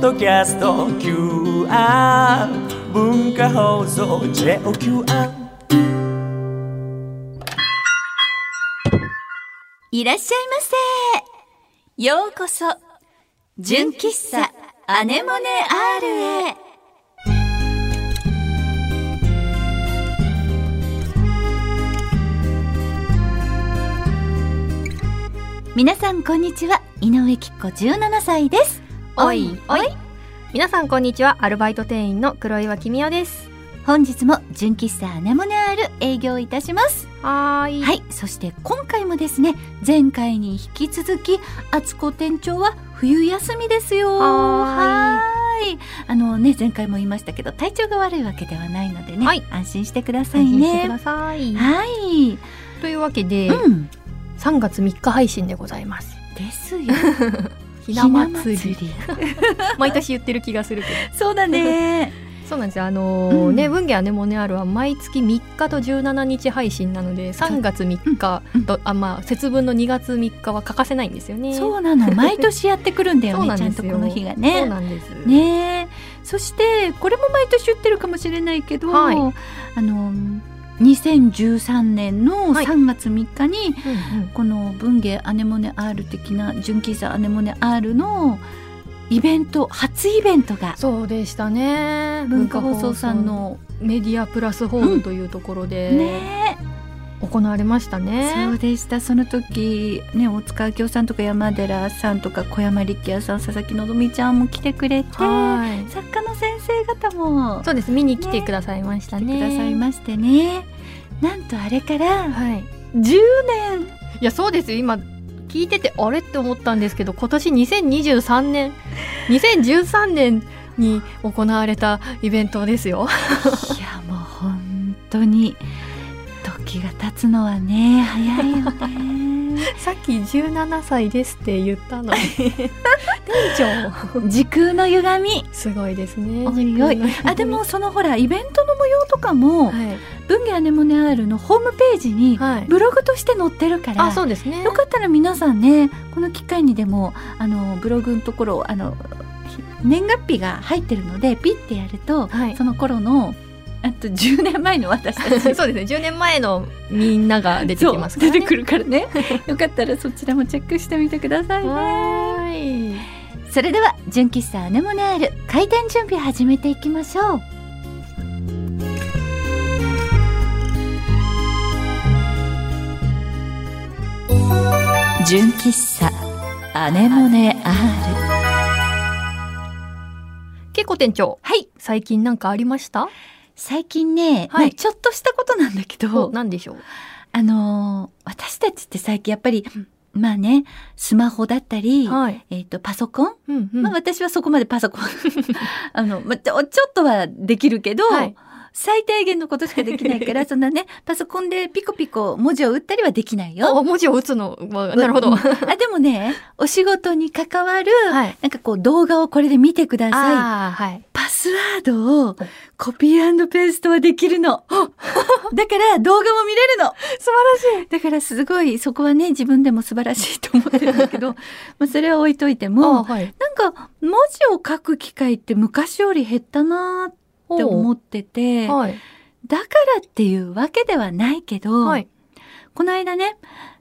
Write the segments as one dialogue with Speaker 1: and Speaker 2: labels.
Speaker 1: ドキャスト QR 文化放送 JOQR
Speaker 2: いらっしゃいませ。ようこそ、純喫茶アネモネ R へ。皆さんこんにちは。井上きっ子17歳です。
Speaker 3: おいおい。皆さんこんにちは。アルバイト店員の黒岩君代です。
Speaker 2: 本日も純喫茶アネモネ R 営業いたします。
Speaker 3: はーい。
Speaker 2: はい、そして今回もですね、前回に引き続き、敦子店長は冬休みですよ。
Speaker 3: は
Speaker 2: はーいあのね、前回も言いましたけど、体調が悪いわけではないのでね、
Speaker 3: はい
Speaker 2: 安心してください
Speaker 3: 安心してく
Speaker 2: ね
Speaker 3: だ。さい。
Speaker 2: はい、
Speaker 3: というわけで、
Speaker 2: うん、
Speaker 3: 3月3日配信でござい ます。
Speaker 2: ですよ。
Speaker 3: ひな祭り。
Speaker 2: ひな祭り
Speaker 3: 毎年言ってる気がするけ ど。
Speaker 2: そうだ ね。
Speaker 3: そうなんですよ。あのー
Speaker 2: うん
Speaker 3: ね、文芸アネモネアルは毎月3日と17日配信なので、3月3日と、あ、まあ、節分の2月3日は欠かせないんですよね。
Speaker 2: そうなの、毎年やってくるんだよ
Speaker 3: そうな
Speaker 2: ね、ちゃん
Speaker 3: んです
Speaker 2: と
Speaker 3: よ
Speaker 2: この日が
Speaker 3: そ
Speaker 2: ね
Speaker 3: う。なんです。。
Speaker 2: ねえそしてこれも毎年言ってるかもしれないけど、
Speaker 3: はい
Speaker 2: あの2013年の
Speaker 3: はい
Speaker 2: 3月3日に、
Speaker 3: うんうん
Speaker 2: この文芸アネモネ R 的な純喫茶アネモネ R のイベント初イベントが
Speaker 3: そうでしたね。
Speaker 2: 文化放送さんの
Speaker 3: メディアプラスホールというところで、
Speaker 2: ね
Speaker 3: 行われました
Speaker 2: えそ
Speaker 3: ね
Speaker 2: う。でしたその時ね大塚明夫さんとか山寺さんとか小山力也さん佐々木のぞみちゃんも来てくれて作
Speaker 3: はい。
Speaker 2: 家の先生方も
Speaker 3: そうです。見に来てくださいました
Speaker 2: 来て
Speaker 3: ね。
Speaker 2: くださいましてねなんとあれ から
Speaker 3: はい。
Speaker 2: 10年
Speaker 3: いやそうですよ。今聞いててあれって思ったんですけど、今年2023年、2013年に行われたイベントですよ。
Speaker 2: いやもう本当に時が経つのはね早いよね
Speaker 3: さっき17歳ですって言ったのに。 店長
Speaker 2: 時空の歪み
Speaker 3: すごいですね。
Speaker 2: おいおい
Speaker 3: 時空の
Speaker 2: あでもそのほらイベントの模様とかも
Speaker 3: はい
Speaker 2: 「文芸アネモネ R」のホームページに
Speaker 3: はい。
Speaker 2: ブログとして載ってるから、
Speaker 3: あそうですね。
Speaker 2: よかったら皆さんねこの機会にでもあのブログのところあのひ年月日が入ってるのでピッてやると、
Speaker 3: はい
Speaker 2: その頃のあと10年前の私たち
Speaker 3: そうですね10年前のみんなが出てきますから
Speaker 2: そう出
Speaker 3: ね
Speaker 2: てくるから ねよかったらそちらもチェックしてみてくださいね
Speaker 3: はーい
Speaker 2: それでは純喫茶アネモネアール開店準備始めていきましょう純喫茶アネモネアール
Speaker 3: けいこ店長
Speaker 2: はい
Speaker 3: 最近なんかありました
Speaker 2: 最近ね、
Speaker 3: は
Speaker 2: ま
Speaker 3: い
Speaker 2: あちょっとしたことなんだけど
Speaker 3: なんでしょう
Speaker 2: あのー私たちって最近やっぱりまあねスマホだったり、
Speaker 3: はい、
Speaker 2: えっ、とパソコン
Speaker 3: うんうん
Speaker 2: まあ私はそこまでパソコン あの、まあ、ちょちょっとはできるけど、
Speaker 3: はい
Speaker 2: 最低限のことしかできないから そんなねパソコンでピコピコ文字を打ったりはできないよ。
Speaker 3: あ文字を打つのは なるほど、
Speaker 2: うんあでもね お仕事に関わる、
Speaker 3: はい
Speaker 2: なんかこう動画をこれで見てください
Speaker 3: あーはい
Speaker 2: パスワードをコピーペーストはできる のだから動画も見れるの
Speaker 3: 素晴らしい
Speaker 2: だからすごいそこはね自分でも素晴らしいと思ってるんだけ どまあそれは置いといても
Speaker 3: あはい
Speaker 2: なんか文字を書く機会って昔より減ったなーっ
Speaker 3: お
Speaker 2: て思
Speaker 3: う
Speaker 2: ってて、
Speaker 3: はい
Speaker 2: だからっていうわけではないけど、
Speaker 3: はい
Speaker 2: この間ね、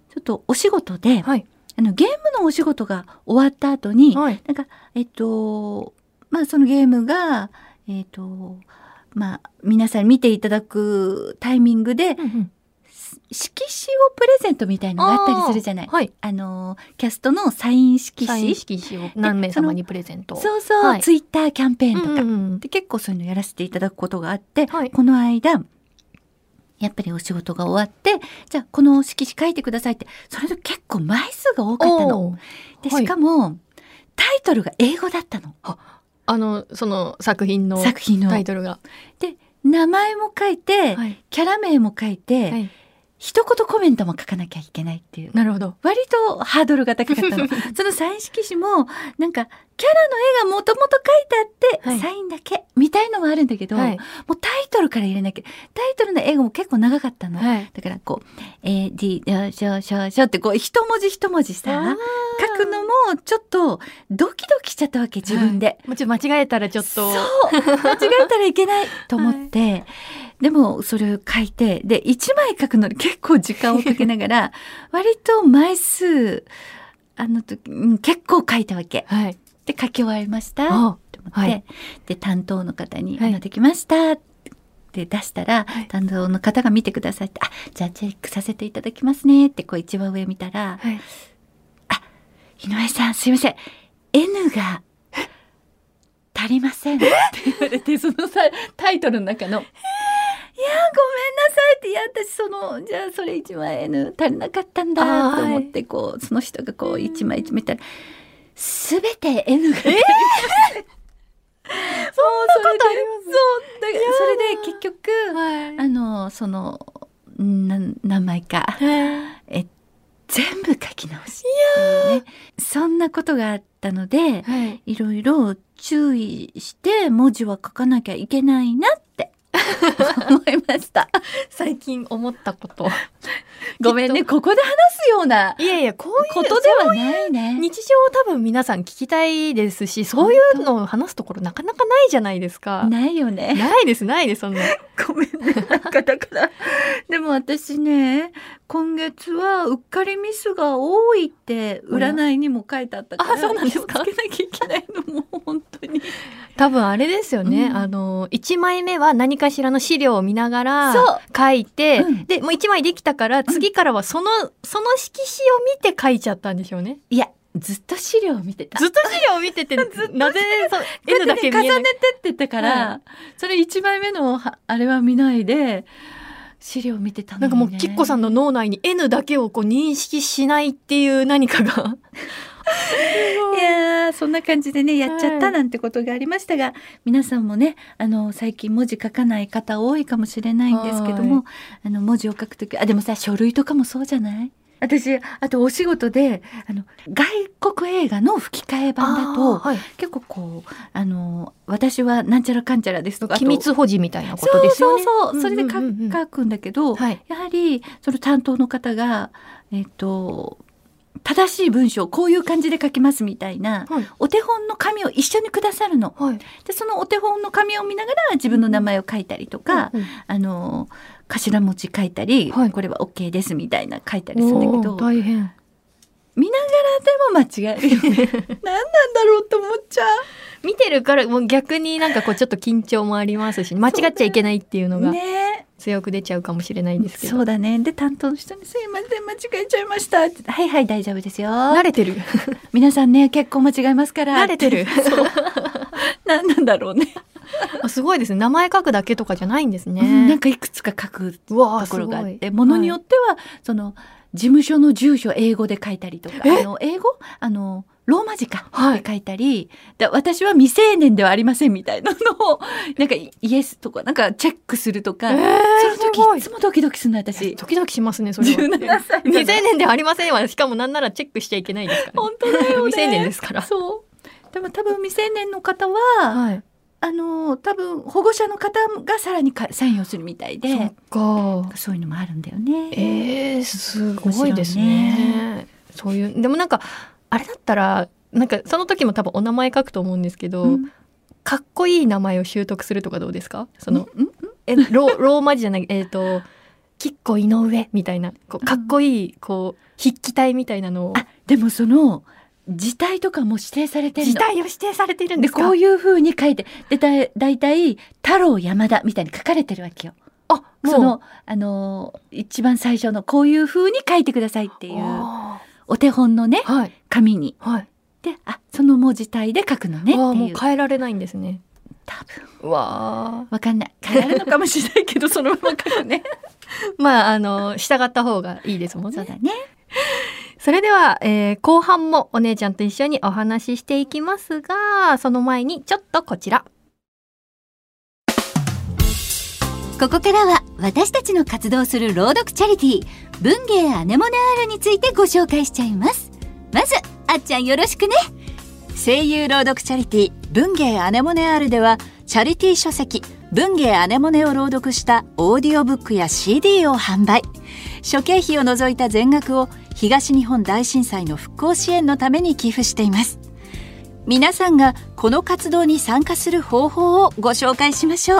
Speaker 2: ちょっとお仕事で、
Speaker 3: はい
Speaker 2: あのゲームのお仕事が終わった後に、
Speaker 3: はい
Speaker 2: なんか、えっと、まあそのゲームが、えっと、まあ皆さん見ていただくタイミングで、色紙をプレゼントみたいなのがあったりするじゃない。あ
Speaker 3: はい
Speaker 2: の、キャストのサイン色
Speaker 3: サイン
Speaker 2: 紙。
Speaker 3: 色紙を何名様にプレゼント
Speaker 2: そうそう、
Speaker 3: はい
Speaker 2: ツイッターキャンペーンとか。
Speaker 3: うんうん
Speaker 2: で結構そういうのやらせていただくことがあって、
Speaker 3: はい
Speaker 2: この間やっぱりお仕事が終わってじゃあこの色紙書いてくださいってそれで結構枚数が多かったの。
Speaker 3: おう
Speaker 2: で
Speaker 3: はい
Speaker 2: しかも、タイトルが英語だったの
Speaker 3: あのその作品の
Speaker 2: 作品の
Speaker 3: タイトルが
Speaker 2: 名前も書いて、
Speaker 3: はい
Speaker 2: キャラ名も書いて、
Speaker 3: はい
Speaker 2: 一言コメントも書かなきゃいけないっていう。
Speaker 3: なるほど
Speaker 2: 割とハードルが高かった の。そのサイン色紙も、なんか、キャラの絵がもともと書いてあって、
Speaker 3: はい
Speaker 2: サインだけ、みたいのはあるんだけど、
Speaker 3: はい
Speaker 2: もうタイトルから入れなきゃ。タイトルの英語も結構長かったの。
Speaker 3: はい
Speaker 2: だからこう、えー、D、しょ、しょ、しょってこう、一文字一文字さ、書くのもちょっとドキドキしちゃったわけ自分で。
Speaker 3: もうちょっと間違えたらちょっ
Speaker 2: そう
Speaker 3: と。
Speaker 2: 間違えたらいけないと思って、でもそれを書いてで1枚書くのに結構時間をかけながら割と枚数あの時うん結構書いたわけ。
Speaker 3: はい。
Speaker 2: で書き終わりましたと思
Speaker 3: あ
Speaker 2: って、
Speaker 3: はい
Speaker 2: で担当の方に「
Speaker 3: はい
Speaker 2: あのできました」って出したら、
Speaker 3: はい
Speaker 2: 担当の方が見てくださって「あじゃあチェックさせていただきますね」ってこう一番上見たら
Speaker 3: はい。
Speaker 2: 「井上さんすいません N が足りません」って言われてそのさタイトルの中の「いやーごめんなさい」って「いや私そのじゃあそれ1枚 N 足りなかったん
Speaker 3: あー
Speaker 2: だ」
Speaker 3: は
Speaker 2: と
Speaker 3: い
Speaker 2: 思ってこう、その人がこう一枚一枚見たら「すべて N が足りなかったそう
Speaker 3: そんなことあり
Speaker 2: だからそれで結局
Speaker 3: ます。
Speaker 2: あのそのなん何枚か
Speaker 3: は
Speaker 2: え全部書き直しっていうねそんなことがあったので
Speaker 3: い。はい。
Speaker 2: いろいろ注意して文字は書かなきゃいけないなって思いました
Speaker 3: 最近思った こと。
Speaker 2: ごめんね
Speaker 3: きっ
Speaker 2: ここで話すような
Speaker 3: と。いやいや、こういう
Speaker 2: ことではないね
Speaker 3: 日常を多分皆さん聞きたいですし、そういうのを話すところなかなかないじゃないですか。
Speaker 2: ないよね
Speaker 3: ないです、ないです、そんな。
Speaker 2: ごめんね。なんかだから。でも私ね、今月はうっかりミスが多いって占いにも書いてあったから。
Speaker 3: あそうなんですか
Speaker 2: 気をつけなきゃいけないのもう本当に。
Speaker 3: 多分あれですよね。
Speaker 2: うん
Speaker 3: あの、1枚目は何かしらの資料を見ながら、
Speaker 2: そう
Speaker 3: 書いて、
Speaker 2: うん
Speaker 3: で、もう1枚できたから、次からはその、その色紙を見て書いちゃったんでしょうね。
Speaker 2: いや、ずっと資料を見てた。
Speaker 3: ずっと資料を見てて、なぜ、 そう、N だけ見えな
Speaker 2: 重
Speaker 3: い
Speaker 2: ね。てってたから、
Speaker 3: は
Speaker 2: それ一枚目のはあれは見ないで、資料を見てたの、ね。
Speaker 3: なんかもう、きっこさんの脳内に N だけをこう認識しないっていう何か が。
Speaker 2: いやーそんな感じでねやっちゃっ
Speaker 3: は
Speaker 2: た
Speaker 3: い
Speaker 2: なんてことがありましたが、皆さんもねあの最近文字書かない方多いかもしれないんですけど
Speaker 3: は
Speaker 2: もあの文字を書くときあでもさ書類とかもそうじゃない私あとお仕事であの外国映画の吹き替え版だ
Speaker 3: あー
Speaker 2: と
Speaker 3: はい
Speaker 2: 結構こうあの私はなんちゃらかんちゃらですとかあと
Speaker 3: 機密保持みたいなこ
Speaker 2: そ
Speaker 3: と
Speaker 2: う
Speaker 3: ですよ
Speaker 2: そう
Speaker 3: ね。
Speaker 2: そうそれで書,、
Speaker 3: うんうんうんうん
Speaker 2: 書くんだけど、
Speaker 3: はい。
Speaker 2: やはりその担当の方がえっ、と正しい文章をこういう感じで書きますみたいな
Speaker 3: はい。
Speaker 2: お手本の紙を一緒にくださるの。
Speaker 3: はい。
Speaker 2: でそのお手本の紙を見ながら自分の名前を書いたりとか、
Speaker 3: うんうん
Speaker 2: あの頭文字書いたり、
Speaker 3: はい
Speaker 2: これは OK ですみたいな書いたりするんだけど
Speaker 3: おー大変。
Speaker 2: 見ながらでも間違えるよ ね。何なんだろうと思っちゃ
Speaker 3: 見てるからもう逆になんかこうちょっと緊張もありますし間違っちゃいけないっていうの
Speaker 2: う。
Speaker 3: が
Speaker 2: ね
Speaker 3: 強く出ちゃうかもしれないですけど、
Speaker 2: そうだね。で担当の人に「すいません間違えちゃいました」って「はいはい大丈夫ですよ」
Speaker 3: 慣れてる
Speaker 2: 皆さんね結構間違えますから
Speaker 3: 慣れて る
Speaker 2: 何なんだろうね
Speaker 3: あすごいですね名前書くだけとかじゃないんですね、
Speaker 2: うんなんかいくつか書く
Speaker 3: うわ
Speaker 2: ところがあっ
Speaker 3: すご
Speaker 2: て
Speaker 3: い
Speaker 2: ものによっては、その事務所の住所英語で書いたりとかあ
Speaker 3: え
Speaker 2: の英語あのローマ字か
Speaker 3: はい
Speaker 2: で書いたり、で私は未成年ではありませんみたいなのを なんかイエスとかなんかチェックするとか、
Speaker 3: はいえー、
Speaker 2: その
Speaker 3: すご
Speaker 2: 時い
Speaker 3: い
Speaker 2: つもドキドキするの私。
Speaker 3: ドキドキしますねそ れは
Speaker 2: 17歳だ
Speaker 3: 未成年ではありませんわしかもなんならチェックしちゃいけないですから、
Speaker 2: 本当だよね
Speaker 3: 未成年ですから
Speaker 2: そうでも多分未成年の方は、
Speaker 3: はい
Speaker 2: あの多分保護者の方がさらにかサインをするみたいで
Speaker 3: そっか
Speaker 2: そういうのもあるんだよね。
Speaker 3: えー、すごいですねそういうでもなんかあれだったらなんかその時も多分お名前書くと思うんですけど、
Speaker 2: うん
Speaker 3: かっこいい名前を習得するとかどうですかその、
Speaker 2: うん
Speaker 3: えロー ローマ字じゃないえっ、と「きっこ井上」みたいなこうかっこいいこう筆記体みたいなのを
Speaker 2: あでもその字体とかも指定されてるの
Speaker 3: 字体を指定されているん
Speaker 2: で
Speaker 3: で
Speaker 2: す
Speaker 3: か
Speaker 2: こういう風に書いてでだだいたい太郎山田みたいに書かれてるわけよ。
Speaker 3: あもう
Speaker 2: そのあのー一番最初のこういう風に書いてくださいっていう
Speaker 3: あ
Speaker 2: お手本のね
Speaker 3: ーはい
Speaker 2: 紙に
Speaker 3: はい
Speaker 2: であその文字体で書くのね
Speaker 3: あー
Speaker 2: って
Speaker 3: も
Speaker 2: いう
Speaker 3: う変えられないんですね
Speaker 2: 多分
Speaker 3: わ
Speaker 2: わかんない変えられるのかもしれないけどそのまま書くね。
Speaker 3: ー まああの従った方がいいですもん
Speaker 2: そ
Speaker 3: ね
Speaker 2: うだね。
Speaker 3: それでは、えー後半もお姉ちゃんと一緒にお話ししていきますがその前にちょっとこちら
Speaker 4: ここからは私たちの活動する朗読チャリティー文芸アネモネアールについてご紹介しちゃいますまずあっちゃんよろしくね声優朗読チャリティー文芸アネモネアールではチャリティー書籍文芸アネモネを朗読したオーディオブックや CD を販売諸経費を除いた全額を東日本大震災の復興支援のために寄付しています皆さんがこの活動に参加する方法をご紹介しましょう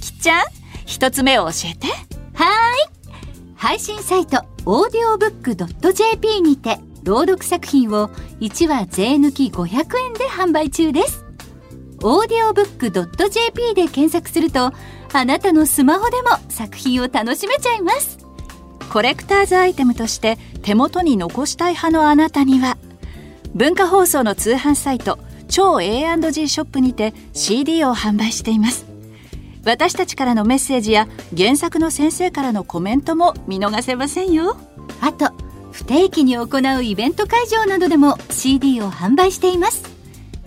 Speaker 4: きっちゃん一つ目を教えて
Speaker 5: 配信サイトオーディオブックドット JP にて朗読作品を1話税抜き500円で販売中ですオーディオブックドット JP で検索するとあなたのスマホでも作品を楽しめちゃいます
Speaker 4: コレクターズアイテムとして手元に残したい派のあなたには文化放送の通販サイト超 A&G ショップにて CD を販売しています私たちからのメッセージや原作の先生からのコメントも見逃せませんよ
Speaker 5: あと不定期に行うイベント会場などでも CD を販売しています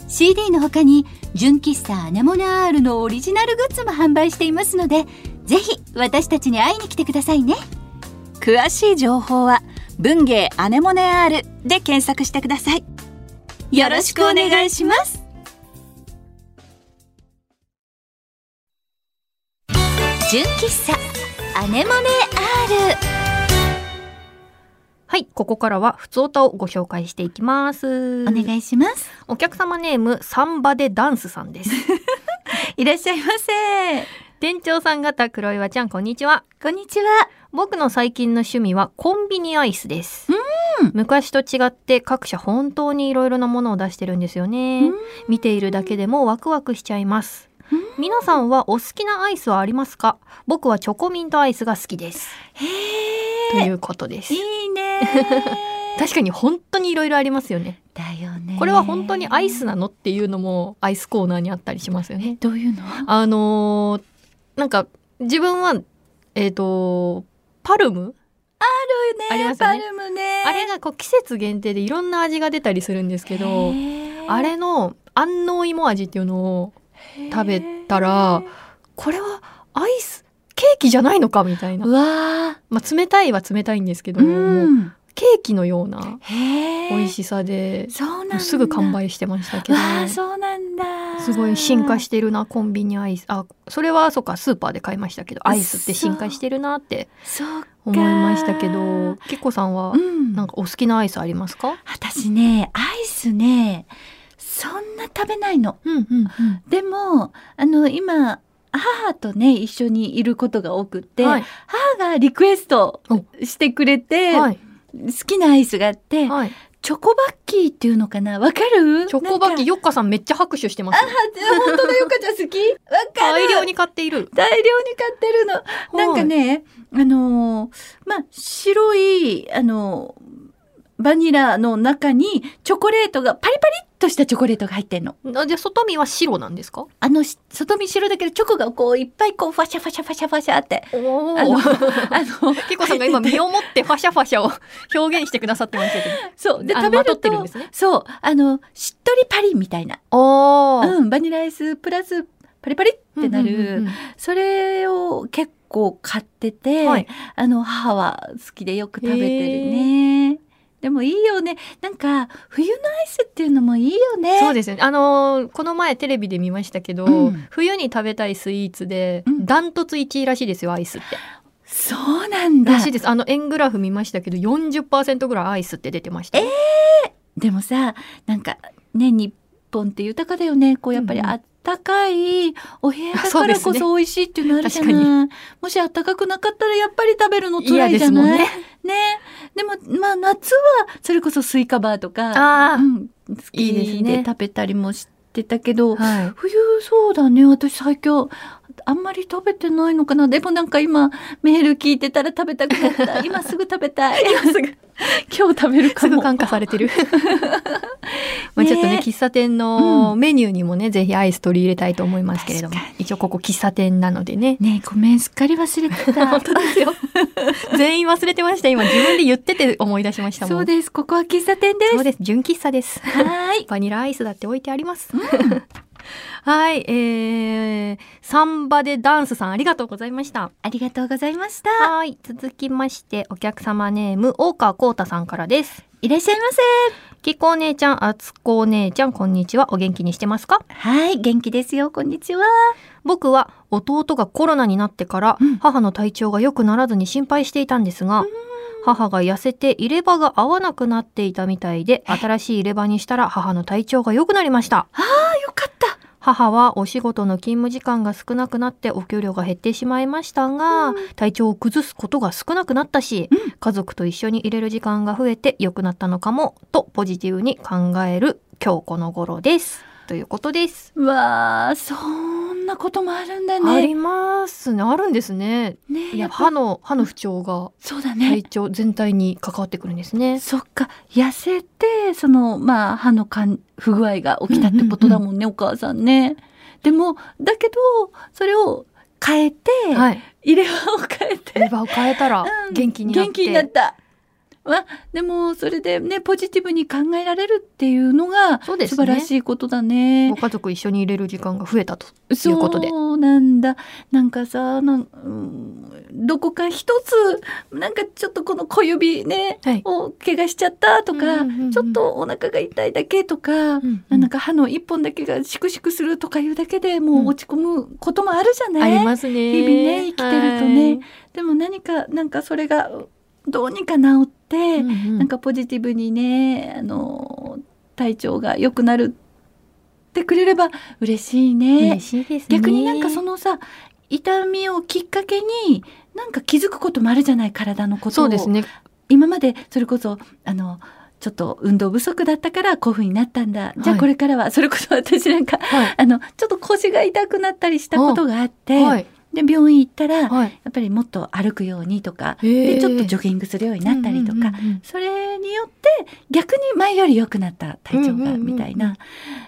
Speaker 5: CD の他に純喫茶アネモネ R のオリジナルグッズも販売していますのでぜひ私たちに会いに来てくださいね
Speaker 4: 詳しい情報は「文芸アネモネ R」で検索してくださいよろしくお願いします
Speaker 5: 純喫茶アネモネ R
Speaker 3: はい、ここからは、ふつおたをご紹介していきます。
Speaker 5: お願いします
Speaker 3: お客様ネーム、サンバでダンスさんです。
Speaker 2: いらっしゃいませ。
Speaker 3: 店長さん方、黒岩ちゃん、こんにちは。
Speaker 5: こんにちは
Speaker 3: 僕の最近の趣味はコンビニアイスです。昔と違って各社本当にいろいろなものを出してるんですよね。見ているだけでもワクワクしちゃいます。皆さんはお好きなアイスはありますか僕はチョコミントアイスが好きです。ということです。
Speaker 2: いい ね。
Speaker 3: 確かに本当にいろいろありますよね。
Speaker 5: だよね
Speaker 3: これは本当にアイスなのっていうのもアイスコーナーにあったりしますよね。
Speaker 5: どういうの
Speaker 3: あのーなんか自分はえっ、とパルムありますよ
Speaker 2: パ
Speaker 3: ね
Speaker 2: ルムね。
Speaker 3: あれがこう季節限定でいろんな味が出たりするんですけど、
Speaker 2: へー
Speaker 3: あれの安納芋味っていうのを食べたら、これはアイスケーキじゃないのかみたいな
Speaker 2: う。わ
Speaker 3: まあ、冷たいは冷たいんですけ
Speaker 2: ー
Speaker 3: ど、もう。ケーキのような
Speaker 2: へ
Speaker 3: 美味
Speaker 2: い。
Speaker 3: しさで、
Speaker 2: そうなん
Speaker 3: も
Speaker 2: だ。
Speaker 3: うすぐ完。売してましたけど、
Speaker 2: わあ、そうなんだ。。
Speaker 3: すごい進化しててるなコンビニアイスあそれはそっかスーパーで買いましたけどアイスって進化してるなって
Speaker 2: そう。
Speaker 3: 思いましたけ
Speaker 2: そ
Speaker 3: ど
Speaker 2: っ
Speaker 3: けっこさんは
Speaker 2: うん。
Speaker 3: なんかお好きなアイスありますか
Speaker 2: 私ね、アイスね、そんな食べないの。
Speaker 3: うんうん
Speaker 2: でも、あの、今、母とね、一緒にいることが多くって、
Speaker 3: はい
Speaker 2: 母がリクエストしてくれて、
Speaker 3: はい
Speaker 2: 好きなアイスがあって、
Speaker 3: はい
Speaker 2: チョコバッキーっていうのかなわかる
Speaker 3: チョコバッキー
Speaker 2: ー
Speaker 3: よっかさんめっちゃ拍手してますよ
Speaker 2: 本当だよかちゃん好きわかる
Speaker 3: 大量に買っている
Speaker 2: 大量に買ってるの。なんかね、あのーまあ、白い、あのーバニラの中にチョコレートが、パリパリっとしたチョコレートが入ってんの。
Speaker 3: はいあじゃあ外見は白なんですか
Speaker 2: あの、し外見白だけどチョコがこう、いっぱいこう、ファシャファシャファシャファシャって。
Speaker 3: お
Speaker 2: あの、
Speaker 3: け
Speaker 2: あの、
Speaker 3: っこさん が今身をもってファシャファシャを表現してくださってましたけど
Speaker 2: そう。で、
Speaker 3: あ
Speaker 2: 食べ
Speaker 3: まと
Speaker 2: る
Speaker 3: ってるん
Speaker 2: と
Speaker 3: ですね
Speaker 2: そう。あの、しっとりパリみたいな。
Speaker 3: お
Speaker 2: うん、バニラアイスプラスパリパリってなる。それを結構買ってて、
Speaker 3: はい
Speaker 2: あの、母は好きでよく食べてるね。でもいいよね。なんか、冬のアイスっていうのもいいよね。
Speaker 3: そうですよね。あのーこの前テレビで見ましたけど、
Speaker 2: うん
Speaker 3: 冬に食べたいスイーツで、
Speaker 2: うん
Speaker 3: ダントツ1位らしいですよ、アイスって。
Speaker 2: そうなんだ
Speaker 3: らしい。です。あの、円グラフ見ましたけど、40%ぐらいアイスって出てましたよ。
Speaker 2: でもさ、なんか、ね、日本って豊かだよね。こう、やっぱり
Speaker 3: うんうん
Speaker 2: あったかいお部屋だから
Speaker 3: そう
Speaker 2: こ
Speaker 3: です
Speaker 2: そ美味しいっていうのあるじゃない。
Speaker 3: 確
Speaker 2: もしあったかくなかったらやっぱり食べるの辛
Speaker 3: 嫌
Speaker 2: い
Speaker 3: で
Speaker 2: じゃ
Speaker 3: すもん
Speaker 2: ない
Speaker 3: ね。
Speaker 2: ね。でも、まあ夏は、それこそスイカバーとか、
Speaker 3: あ
Speaker 2: うん、好
Speaker 3: いいで
Speaker 2: き
Speaker 3: すね
Speaker 2: で食べたりもしてたけど、
Speaker 3: あ、はい。
Speaker 2: 冬そうだね私最強あんまり食べてないのかなでもなんか今メール聞いてたら食べたくなった 今すぐ食べたい今すぐ 今日食べるか
Speaker 3: す
Speaker 2: も
Speaker 3: ぐ感化されてる。 まあちょっとね
Speaker 2: ね
Speaker 3: 喫茶店のメニューにもね、ぜひアイス取り入れたいと思いますけれども
Speaker 2: 確
Speaker 3: 一応ここ喫茶店なのでね
Speaker 2: ねえごめんすっかり忘れて た
Speaker 3: 本当ですよ 全員忘れてました今自分で言ってて思い出しましたもん
Speaker 2: そうですここは喫茶店で
Speaker 3: そうです純喫茶で
Speaker 2: す
Speaker 3: す
Speaker 2: はーい
Speaker 3: バニラアイスだって置いてあります。 はい、えー、サンバでダンスさんありがとうございました。
Speaker 2: ありがとうございました
Speaker 3: はい、続きましてお客様ネーム、大川幸太さんからです。
Speaker 2: いらっしゃいませ
Speaker 3: きこお姉ちゃん、あつこお姉ちゃん、こんにちは。お元気にしてますか
Speaker 2: はい元気ですよこんにちは
Speaker 3: 僕は弟がコロナになってから、
Speaker 2: うん
Speaker 3: 母の体調が良くならずに心配していたんですが、母が痩せて入れ歯が合わなくなっていたみたいで新しい入れ歯にしたら母の体調が良くなりました
Speaker 2: よかった。
Speaker 3: 母はお仕事の勤務時間が少なくなってお給料が減ってしまいましたが、体調を崩すことが少なくなったし、家族と一緒に入れる時間が増えて良くなったのかもとポジティブに考える今日この頃ですということです。
Speaker 2: わあ、そんなこともあるんだ
Speaker 3: あ
Speaker 2: ね。
Speaker 3: りますねあるんですね。
Speaker 2: ねえ
Speaker 3: い
Speaker 2: や
Speaker 3: や
Speaker 2: っぱ
Speaker 3: 歯の歯の不調が
Speaker 2: そうだね。
Speaker 3: 体調全体に関わってくるんですね。
Speaker 2: そっか痩せてそのまあ歯のかん不具合が起きたってことだもんね、お母さんね。でもだけどそれを変えて、
Speaker 3: はい。
Speaker 2: 入れ歯を変えて
Speaker 3: レバーを変えたら
Speaker 2: うん
Speaker 3: 元気になって。
Speaker 2: 元気になった。わでもそれでねポジティブに考えられるっていうのが
Speaker 3: そうです
Speaker 2: 素
Speaker 3: ね
Speaker 2: 晴らしいことだね。
Speaker 3: ご家族一緒に入れる時間が増えたということで。
Speaker 2: そうなんだなんかさなん、うんどこか一つなんかちょっとこの小指ね、
Speaker 3: はい
Speaker 2: を怪我しちゃったとか、
Speaker 3: うんうんうんうん
Speaker 2: ちょっとお腹が痛いだけとか、
Speaker 3: うん
Speaker 2: なんか歯の一本だけがシクシクするとかいうだけで
Speaker 3: う
Speaker 2: も
Speaker 3: ん
Speaker 2: う落ち込むこともあるじゃ
Speaker 3: あ
Speaker 2: ない、
Speaker 3: りますね。
Speaker 2: 日々ね生きてるとねでも何かなんかそれがどうにか治って、
Speaker 3: はい。うんうん
Speaker 2: なんかポジティブにねあの体調が良くなるってくれれば嬉しいね。
Speaker 3: 嬉しいですね。
Speaker 2: 逆になんかそのさ痛みをきっかけになんか気づくこともあるじゃない体のことを
Speaker 3: そうですね。
Speaker 2: 今までそれこそあのちょっと運動不足だったからこういうふうになったんだ、じゃ
Speaker 3: は
Speaker 2: あ
Speaker 3: い
Speaker 2: これからはそれこそ 私なんか
Speaker 3: はい。
Speaker 2: あのちょっと腰が痛くなったりしたことがあって、
Speaker 3: はい。
Speaker 2: で病院行ったら、や
Speaker 3: はい。
Speaker 2: っぱりもっと歩くようにとか
Speaker 3: へ
Speaker 2: で
Speaker 3: ー
Speaker 2: ちょっとジョギングするようになったりとか、
Speaker 3: うんうんうんうん
Speaker 2: それによって逆に前より良くなった体調
Speaker 3: うんうんうん
Speaker 2: が
Speaker 3: うん
Speaker 2: みたいな、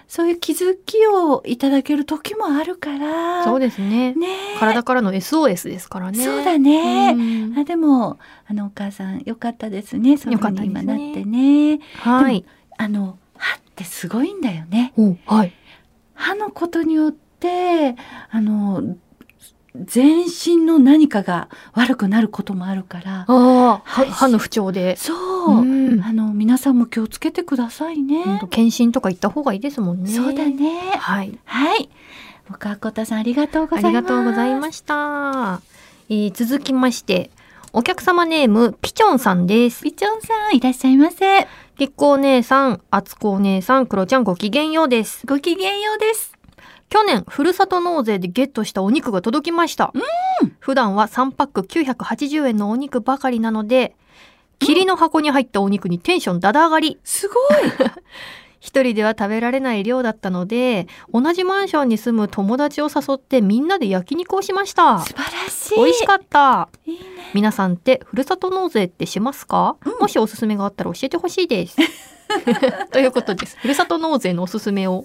Speaker 2: そういう気づきをいただける時もあるから。
Speaker 3: そうですね。
Speaker 2: ねえ
Speaker 3: 体からの SOS ですからね。
Speaker 2: そうだね
Speaker 3: うん
Speaker 2: あでもあのお母さん良かったですねそういうふうに今
Speaker 3: 良か
Speaker 2: な
Speaker 3: った
Speaker 2: っ
Speaker 3: ですね
Speaker 2: てね
Speaker 3: はい。
Speaker 2: あの歯ってすごいんだよね
Speaker 3: おはい。
Speaker 2: 歯のことによってあの全身の何かが悪くなることもあるから
Speaker 3: ああ、は
Speaker 2: はい
Speaker 3: 歯の不調で。
Speaker 2: そう、
Speaker 3: うん
Speaker 2: あの皆さんも気をつけてください
Speaker 3: ほん
Speaker 2: ね
Speaker 3: と、検診とか行った方がいいですもんね。
Speaker 2: そうだ。ね
Speaker 3: はい。
Speaker 2: はい僕はこたさんありがとうご
Speaker 3: あ
Speaker 2: ざいます
Speaker 3: りがとうございました。えー続きまして、お客様ネーム、ピチョンさんです。
Speaker 2: ピチョンさんいらっしゃいませ
Speaker 3: 月光お姉さん、厚子お姉さん、クロちゃんごきげんようです。
Speaker 2: ごきげんようです
Speaker 3: 去年ふるさと納税でゲットしたお肉が届きました普段は3パック980円のお肉ばかりなので霧の箱に入ったお肉にテンションだだ上がり
Speaker 2: すごい
Speaker 3: 一人では食べられない量だったので同じマンションに住む友達を誘ってみんなで焼肉をしました
Speaker 2: 素晴らしい
Speaker 3: 美味しかった
Speaker 2: いいね
Speaker 3: 皆さんってふるさと納税ってしますか、もしおすすめがあったら教えてほしいです ということですふるさと納税のおすすめを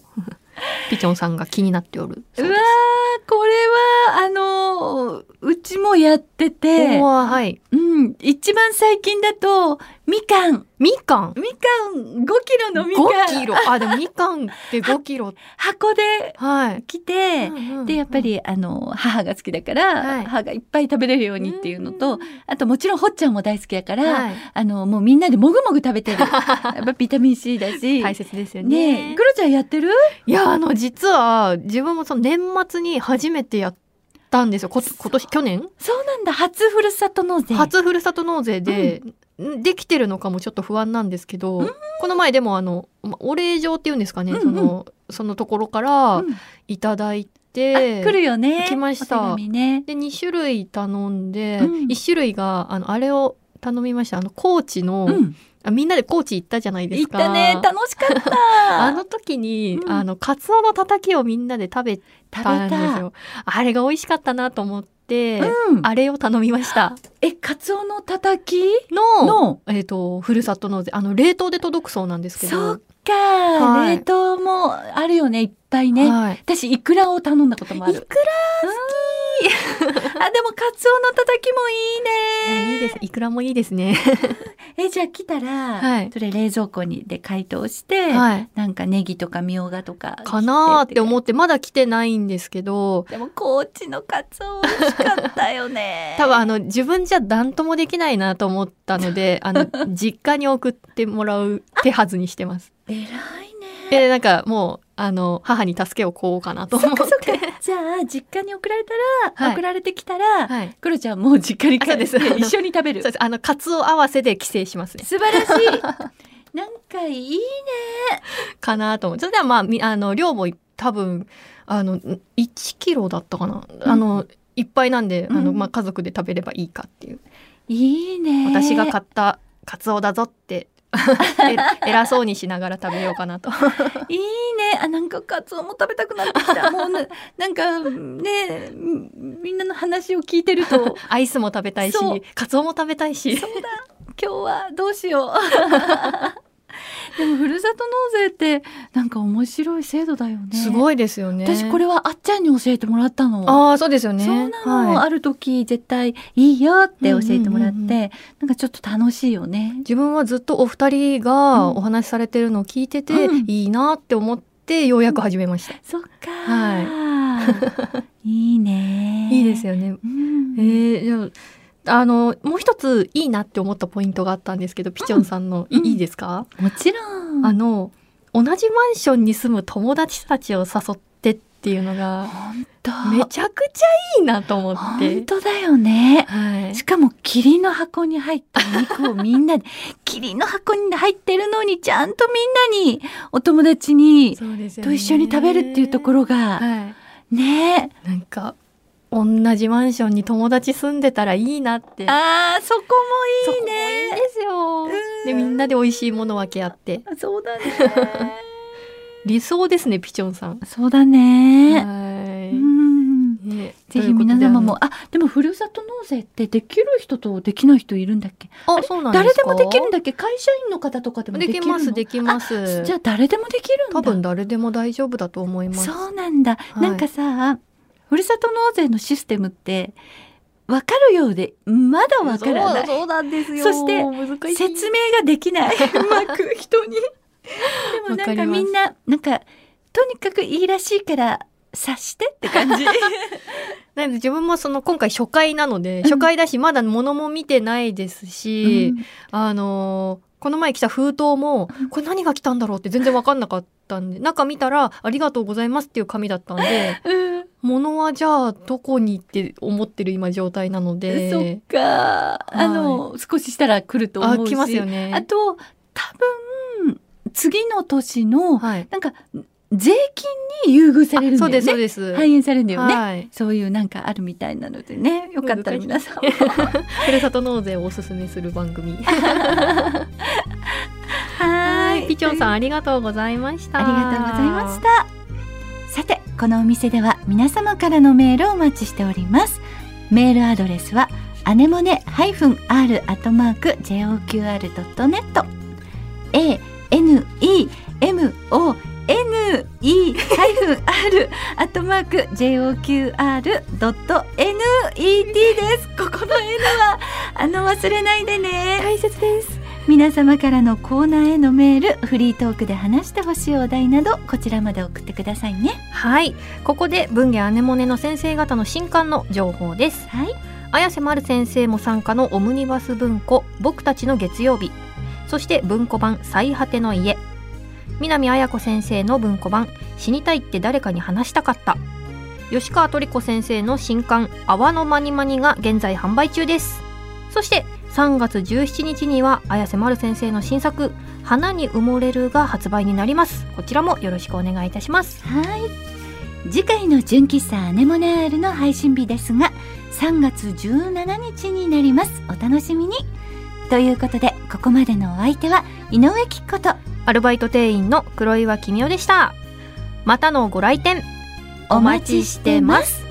Speaker 3: ピチョンさんが気になっておる
Speaker 2: う
Speaker 3: そう
Speaker 2: わ
Speaker 3: です
Speaker 2: ーこれはあのーうちもやってて
Speaker 3: お、ーはい
Speaker 2: うん、一番最近だとみかん
Speaker 3: みかん
Speaker 2: みかん5キロのみか
Speaker 3: 5
Speaker 2: ん
Speaker 3: キロあでもみかんって5キロ
Speaker 2: 箱で
Speaker 3: はい
Speaker 2: 来て、
Speaker 3: うんうん
Speaker 2: でやっぱり、あの母が好きだから、
Speaker 3: はい
Speaker 2: 母がいっぱい食べれるようにっていうのと、
Speaker 3: ん
Speaker 2: あともちろんほっちゃんも大好きだから、
Speaker 3: はい
Speaker 2: あのもうみんなでもぐもぐ食べ てるやっぱビタミン C だし
Speaker 3: 大切ですよね
Speaker 2: ねえクロちゃんやってる
Speaker 3: いやあの実は自分もその年末に初めてやったんですよこ今年去年
Speaker 2: そうなんだ初ふるさと納税
Speaker 3: 初ふるさと納税で、んできてるのかもちょっと不安なんですけど、この前でもあのまお礼状っていうんですかね、
Speaker 2: うんうん
Speaker 3: そのそのところから
Speaker 2: うん
Speaker 3: いただい
Speaker 2: あ
Speaker 3: て、
Speaker 2: 来るよね
Speaker 3: 来ました
Speaker 2: お手紙ね
Speaker 3: で2種類頼んで、
Speaker 2: うん
Speaker 3: 1種類があのあれを頼みましたあの高知の、
Speaker 2: うん
Speaker 3: あみんなで高知行ったじゃないで
Speaker 2: 行
Speaker 3: す
Speaker 2: っ
Speaker 3: か。
Speaker 2: たね楽しか った
Speaker 3: あの時に、
Speaker 2: うん
Speaker 3: あのカツオのたたきをみんなで食べ
Speaker 2: 食
Speaker 3: たん
Speaker 2: べ
Speaker 3: です
Speaker 2: た
Speaker 3: よ。あれが美味しかったなと思って、
Speaker 2: うん
Speaker 3: あれを頼みました。
Speaker 2: えカツオのたたき
Speaker 3: の
Speaker 2: の
Speaker 3: えっ、とふるさと納税あの冷凍で届くそうなんですけ
Speaker 2: そ
Speaker 3: ど
Speaker 2: っ、か、
Speaker 3: はい
Speaker 2: 冷凍もあるよねいっぱいね、
Speaker 3: はい。
Speaker 2: 私イクラを頼んだこともある
Speaker 3: イ
Speaker 2: クラ好きあでもカツオのたたきもいいね
Speaker 3: えいいです。いくらもいいですね。
Speaker 2: えじゃあ来たら、
Speaker 3: はい
Speaker 2: それ冷蔵庫にで解凍して、
Speaker 3: はい。
Speaker 2: なんかネギとかみょうがとか
Speaker 3: かなーって
Speaker 2: う
Speaker 3: 思ってまだ来てないんですけど、
Speaker 2: でも高知のカツオ美味しかったよ ね
Speaker 3: 多分あの自分じゃ何ともできないなと思ったの で、あの実家に送ってもらう手はずにして ます。
Speaker 2: 偉いね
Speaker 3: でなんかもうあの母に助けをこうかなと思って。
Speaker 2: じゃあ実家に送られたら、
Speaker 3: はい
Speaker 2: 送られてきたら、
Speaker 3: はい。
Speaker 2: クロちゃんもう実家に帰
Speaker 3: あそう
Speaker 2: って
Speaker 3: です
Speaker 2: 一緒に食べ
Speaker 3: そう
Speaker 2: る
Speaker 3: です。あの、カツオ合わせで帰省しますね。
Speaker 2: 素晴らしいなんかいいね
Speaker 3: かなと思う。それではまあ、みあの、量もい多分、あの、1キロだったかな。あの、いっぱいなんで、あの、
Speaker 2: うん
Speaker 3: まあ、家族で食べればいいかっていう。
Speaker 2: いいね
Speaker 3: 私が買ったカツオだぞ って、え偉そうにしながら食べようかなと。
Speaker 2: いいねあなんかカツオも食べたくなってき たもうななんかねみみんなの話を聞いてる と
Speaker 3: アイスも食べたいし
Speaker 2: そう、
Speaker 3: カツオも食べたいし。
Speaker 2: 今日はどうしよう でもふるさと納税ってなんか面白い制度だよね
Speaker 3: す
Speaker 2: い
Speaker 3: ごいですよね。
Speaker 2: 私これはあっちゃんに教えてもらったの
Speaker 3: ああ、そうですよね。
Speaker 2: そうなの、
Speaker 3: はい
Speaker 2: ある時絶対いいよって教えてもらって、
Speaker 3: うんうんうんうん
Speaker 2: なんかちょっと楽しいよね。
Speaker 3: 自分はずっとお二人がお話しされてるのを聞いてて、
Speaker 2: うん
Speaker 3: いいなって思ってようやく始めました。
Speaker 2: そっかー、 いいね。
Speaker 3: いいです
Speaker 2: よ。
Speaker 3: よね。
Speaker 2: うん
Speaker 3: えー、じゃああのもう一ついいなって思ったポイントがあったんですけど、ピチョンさんの、い
Speaker 2: うん
Speaker 3: いいですか？
Speaker 2: もちろん。
Speaker 3: あの同じマンションに住む友達たちを誘ってっていうのが
Speaker 2: 本当。
Speaker 3: めちゃくちゃいいなと思って
Speaker 2: 本。当だよね。
Speaker 3: はい。
Speaker 2: しかも霧の箱に入ったお肉をみんなで霧の箱に入ってるのにちゃんとみんなにお友達に
Speaker 3: そうですよね
Speaker 2: と一緒に食べるっていうところが
Speaker 3: はい。
Speaker 2: ね
Speaker 3: なんか同じマンションに友達住んでたらいいなって。
Speaker 2: あーそこもいい
Speaker 3: いい
Speaker 2: ね
Speaker 3: ですよ。でみんなで美味しいもの分け合って
Speaker 2: そうだね
Speaker 3: 理想ですねピチョンさん。
Speaker 2: そうだね
Speaker 3: は
Speaker 2: う
Speaker 3: い
Speaker 2: ん
Speaker 3: ね
Speaker 2: ぜ
Speaker 3: と
Speaker 2: ひ
Speaker 3: いうことで
Speaker 2: 皆様も
Speaker 3: あ
Speaker 2: あでもふるさと納税ってできる人とできない人いるんだっけ
Speaker 3: の
Speaker 2: あ
Speaker 3: あ
Speaker 2: れ
Speaker 3: そうなんで
Speaker 2: 誰
Speaker 3: す
Speaker 2: で
Speaker 3: か
Speaker 2: もできるんだっけ会社員の方とかでもで
Speaker 3: で
Speaker 2: きる
Speaker 3: き
Speaker 2: の
Speaker 3: ますできます。
Speaker 2: じゃあ誰でもできるんだ
Speaker 3: 多分誰でも大丈夫だと思います。
Speaker 2: そうなんだ、
Speaker 3: い
Speaker 2: なんかさふるさと納税のシステムって分かるようでまだ分からない
Speaker 3: そうなんです
Speaker 2: よ
Speaker 3: そして
Speaker 2: 説明ができ ないうまく人にでもな
Speaker 3: わか
Speaker 2: ん
Speaker 3: り
Speaker 2: か
Speaker 3: ます
Speaker 2: みんななんかとにかくいいらしいから察してって感じ
Speaker 3: なんで自分もその今回初回なので初回だしまだ物も見てないですし、あのーこの前来た封筒もこれ何が来たんだろうって全然分かんなかったんで中見たら「ありがとうございます」っていう紙だったん で
Speaker 2: うん、うん
Speaker 3: 物はじゃあどこにって思ってる今状態なの
Speaker 2: そっ
Speaker 3: で。
Speaker 2: かあの少ししたら来ると
Speaker 3: あ
Speaker 2: 思うし
Speaker 3: 来ますよね。
Speaker 2: あと多分次の年の
Speaker 3: はい。
Speaker 2: なんか税金に優遇されるん
Speaker 3: あ
Speaker 2: だ
Speaker 3: そう
Speaker 2: よね
Speaker 3: ですそうです。
Speaker 2: 反映されるんだよね、
Speaker 3: はい。
Speaker 2: そういうなんかあるみたいなのでねよかったら皆さんも
Speaker 3: ふるさと納税をおすすめする番組。
Speaker 2: は
Speaker 3: ピチョンさんありがとうございました。
Speaker 2: ありがとうございまし。たさてこのお店では皆様からのメールをお待ちしておりますメールアドレスはアネモネ -r-joqr.net a n e m o n e r アットマーク j o q r ドット n e t です。ここの N はあの忘れないでね。大切です。皆様からのコーナーへのメールフリートークで話してほしいお題などこちらまで送ってくださいね
Speaker 3: はい。ここで文芸アネモネの先生方の新刊の情報です。
Speaker 2: はい
Speaker 3: 綾瀬まる先生も参加のオムニバス文庫僕たちの月曜日。そして文庫版最果ての家。南綾子先生の文庫版死にたいって誰かに話したかった。吉川トリコ先生の新刊泡のまにまにが現在販売中です。そして3月17日には綾瀬まる先生の新作花に埋もれるが発売になります。こちらもよろしくお願いいたします。
Speaker 2: はい次回の純喫茶アネモネアールの配信日ですが3月17日になりますお楽しみにということでここまでのお相手は井上貴子と
Speaker 3: アルバイト店員の黒岩君代でした。またのご来店お待ちしてます。